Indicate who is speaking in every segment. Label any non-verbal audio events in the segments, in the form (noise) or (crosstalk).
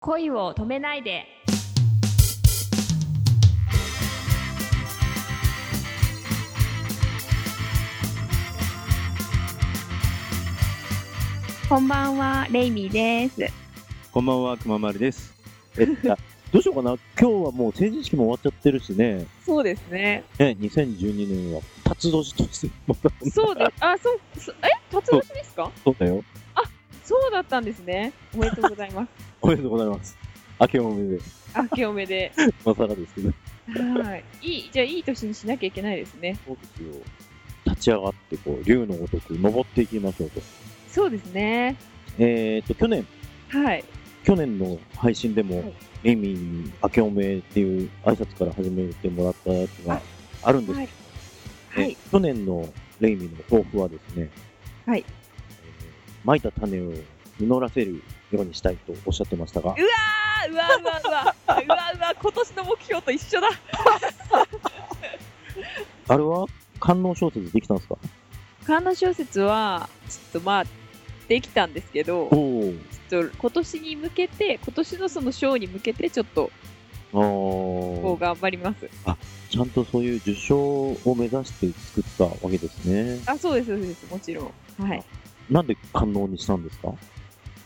Speaker 1: 恋を止めないでこんばんはレイミーです
Speaker 2: こんばんは、くままるです。えっと、 (laughs) どうしようかな。今日はもう成人式も終わっちゃってるしね。
Speaker 3: そうですね。
Speaker 2: ね、2012年は、辰年として、また、
Speaker 3: そう (laughs) です。あ、そう、そえ、辰年ですか
Speaker 2: そうだよ。
Speaker 3: そうだったんですね。おめでとうござい (laughs) ます。
Speaker 2: おめでとうございます。明けおめで、
Speaker 3: 明けおめで。
Speaker 2: まさらですけど。
Speaker 3: はい。いい、じゃあいい年にしなきゃいけないですね。
Speaker 2: そうですよ。立ち上がって、こう、竜のごとく登っていきましょうと。
Speaker 3: そうですね。
Speaker 2: えーっと、去年、
Speaker 3: はい。
Speaker 2: 去年の配信でも、
Speaker 3: はい
Speaker 2: エイミーに明けおめっていう挨拶から始めてもらったやつがあるんです
Speaker 3: はい
Speaker 2: けど、
Speaker 3: は
Speaker 2: え
Speaker 3: い。
Speaker 2: 去年のレイミーの抱負はですね、
Speaker 3: はい
Speaker 2: えーまいた種を実らせるようにしたいとおっしゃってましたが、
Speaker 3: あ、うわうわうわ。うわうわ、今年の目標と一緒だ。
Speaker 2: あれは観音小説できたんですか
Speaker 3: 観音小説は、ちょっとまあ、できたんですけど、
Speaker 2: お
Speaker 3: ちょっと今年に向けて、今年のその賞に向けて、ちょっと、こ
Speaker 2: お
Speaker 3: う頑張ります。
Speaker 2: ちゃんとそういう受賞を目指して作ったわけですね。
Speaker 3: あ、そうです、そうです。もちろん。はい。
Speaker 2: なんで観音にしたんですか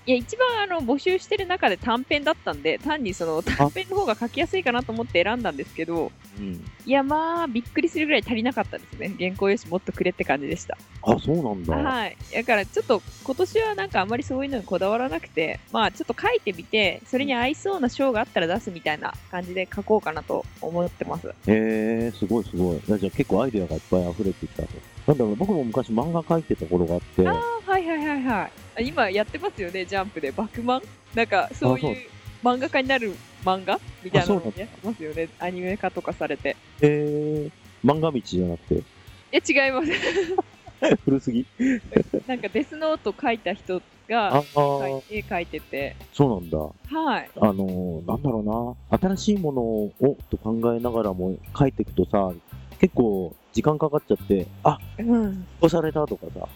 Speaker 3: いや一番あの募集してる中で短編だったんで単にその短編の方が書きやすいかなと思って選んだんですけど
Speaker 2: うん。
Speaker 3: いやまあびっくりするぐらい足りなかったですね原稿用紙もっとくれって感じでした
Speaker 2: あ、そうなんだ。
Speaker 3: はいだからちょっと今年はなんかあんまりそういうのにこだわらなくてまあちょっと書いてみてそれに合いそうな章があったら出すみたいな感じで書こうかなと思ってます
Speaker 2: へえー、すごいすごい。じゃあ結構アイデアがいっぱい溢れてきたと。なんだろう、僕も昔漫画描いてた頃があって、
Speaker 3: ああはいはいはいはいあ今やってますよねジャンプで「バクマン」なんかそう
Speaker 2: あそう
Speaker 3: いう漫画家になる漫画みたいなの
Speaker 2: あそうなん
Speaker 3: も
Speaker 2: だ
Speaker 3: やってますよねアニメ化とかされて
Speaker 2: えー、漫画道じゃなく
Speaker 3: いや違います
Speaker 2: て、古すぎ。
Speaker 3: (laughs) なんかデスノート書いた人
Speaker 2: あ
Speaker 3: が
Speaker 2: あ、
Speaker 3: 書いて書いてて、
Speaker 2: そうなんだ。
Speaker 3: はい。
Speaker 2: あのーなんだろうな、新しいものをと考えながらも書いていくとさ、結構時間かかっちゃって、あ
Speaker 3: うん。
Speaker 2: こうされたとかさ、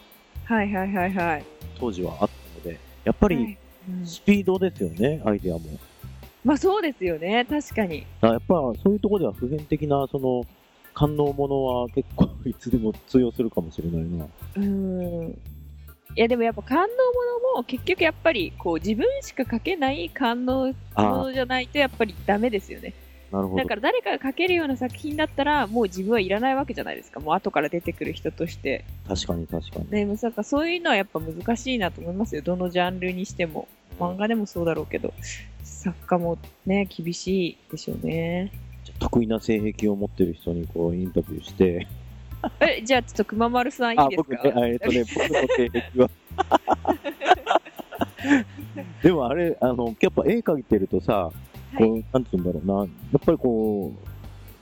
Speaker 3: はいはいはいはい。やっ
Speaker 2: 当時はあったので、やっぱりスピードですよね、アイデアも。
Speaker 3: まあそうですよね、確かに。
Speaker 2: あやっぱそういうところでは普遍的な、その、感能ものは結構 (laughs) いつでも通用するかもしれないな。
Speaker 3: うん。いやでもやっぱ感動ものも結局やっぱりこう自分しか書けない感動も
Speaker 2: あ
Speaker 3: のじゃないとやっぱりダメですよね。
Speaker 2: あ、なるほど
Speaker 3: だ。から誰かが書けるような作品だったらもう自分はいらないわけじゃないですか。もう後から出てくる人として。
Speaker 2: 確かに確かに。
Speaker 3: ね、なんかそういうのはやっぱ難しいなと思いますよ。どのジャンルにしても。漫画でもそうだろうけど作家もね厳しいでしょうね
Speaker 2: 得意な性癖を持ってる人にこうインタビューして、
Speaker 3: えじゃあちょっと熊丸さんい
Speaker 2: あ
Speaker 3: いです
Speaker 2: 僕ね
Speaker 3: か、
Speaker 2: あえっとね、僕の性癖は。 (laughs) でもあれ、あの、やっぱ絵描いてるとさ、こう、なんて言うんだろうな、やっぱりこ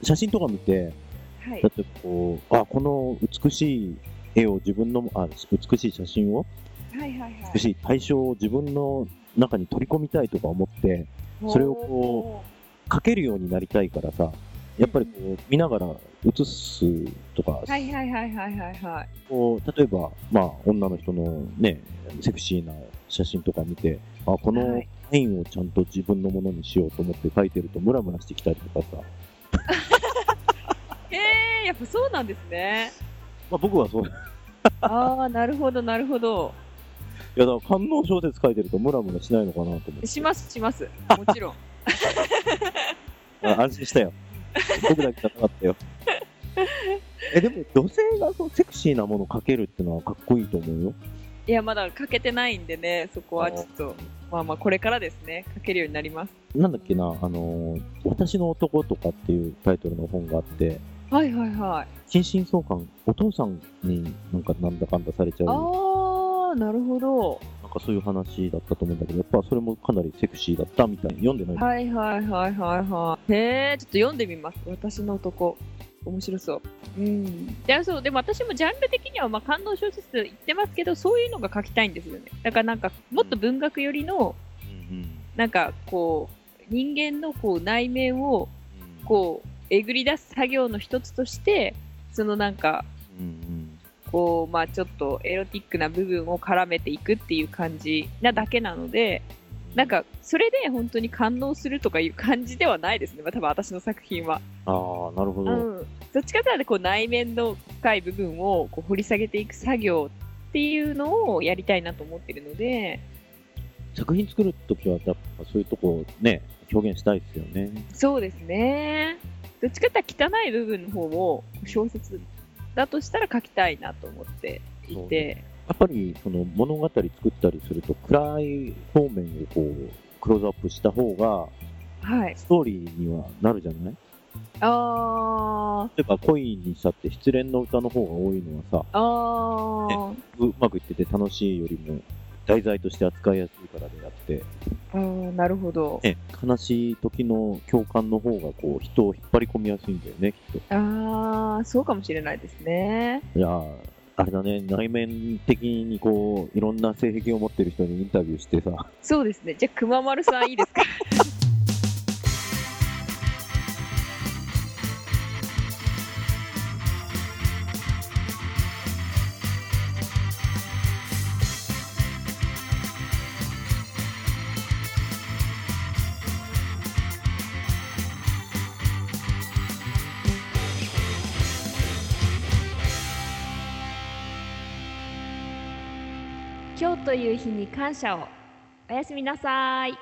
Speaker 2: う、写真とか見て、
Speaker 3: はい
Speaker 2: だ、ってこう、あ、この美しい絵を自分の、あ、美しい写真を、
Speaker 3: はいはいは
Speaker 2: 美しい対象を自分の中に取り込みたいとか思って、それをこ描けるようになりたいからさ、やっぱりこう、見ながら写すとか、
Speaker 3: うはいはいはいはいはいはい
Speaker 2: こう例えば、まあ、女の人の、ね、セクシーな写真とか見てあこ
Speaker 3: は
Speaker 2: の
Speaker 3: い
Speaker 2: ラインをちゃんと自分のものにしようと思って描いてるとムラムラしてきたりとかさ、
Speaker 3: へえやっぱそうなんです (laughs) ね
Speaker 2: まあ、僕はそう (laughs) い
Speaker 3: ああなるほどなるほど
Speaker 2: やだから官能小説書いてるとムラムラしないのかなと思って
Speaker 3: しますしますもちろ (laughs) ん (laughs)
Speaker 2: あ安心したよ僕だけじゃなかったよえでも女性がそうセクシーなものを描けるってのはかっこいいと思うよ
Speaker 3: いやまだ書けてないんでねそこはちょっとまあまあこれからですね書けるようになります
Speaker 2: なんだっけな「あのー私の男」とかっていうタイトルの本があって
Speaker 3: はいはいはい
Speaker 2: 心身相関お父さんになんかなんだかんだされちゃう
Speaker 3: ああなるほど
Speaker 2: なんかそういう話だったと思うんだけど、やっぱそれもかなりセクシーだったみたいに読んでない。
Speaker 3: はいはいはいはいはい。へえ、ちょっと読んでみます。私の男。面白そう。うん。で、そう、でも私もジャンル的には、まあ、感動小説言ってますけど、そういうのが書きたいんですよね。だからなんか、もっと文学寄りの、なんかこう、人間のこう内面を、こう、えぐり出す作業の一つとして、そのなんか、
Speaker 2: うん
Speaker 3: こう、まあちょっとエロティックな部分を絡めていくっていう感じなだけなので、なんか、それで本当に感動するとかいう感じではないですね。まあ多分私の作品は。
Speaker 2: ああ、なるほ
Speaker 3: う
Speaker 2: ど。
Speaker 3: ん。どっちかというと、こう内面の深い部分をこう掘り下げていく作業っていうのをやりたいなと思ってるので、
Speaker 2: 作品作るときは、やっぱそういうとこね、表現したいですよね。
Speaker 3: そうですね。どっちかというと汚い部分の方を小説だとしたら書きたいなと思ってい
Speaker 2: そう
Speaker 3: て。
Speaker 2: やっぱり、その物語作ったりすると、暗い方面をこう、クローズアップした方が、
Speaker 3: はい。
Speaker 2: ストーリーにはなるじゃない
Speaker 3: あ
Speaker 2: 例えば恋にしたって失恋の歌の方が多いのはさ、
Speaker 3: ー、あー、
Speaker 2: ううまくいってて楽しいよりも、題材として扱いやすいからであって、
Speaker 3: あーなるほど。
Speaker 2: ね、悲しい時の共感の方がこう、人を引っ張り込みやすいんだよね、きっと。
Speaker 3: あー、そうかもしれないですね。
Speaker 2: いやーあれだね、内面的にこう、いろんな性癖を持ってる人にインタビューしてさ、
Speaker 3: そうですね。じゃあ、熊丸さんいいですか
Speaker 1: 今日という日に感謝をおやすみなさい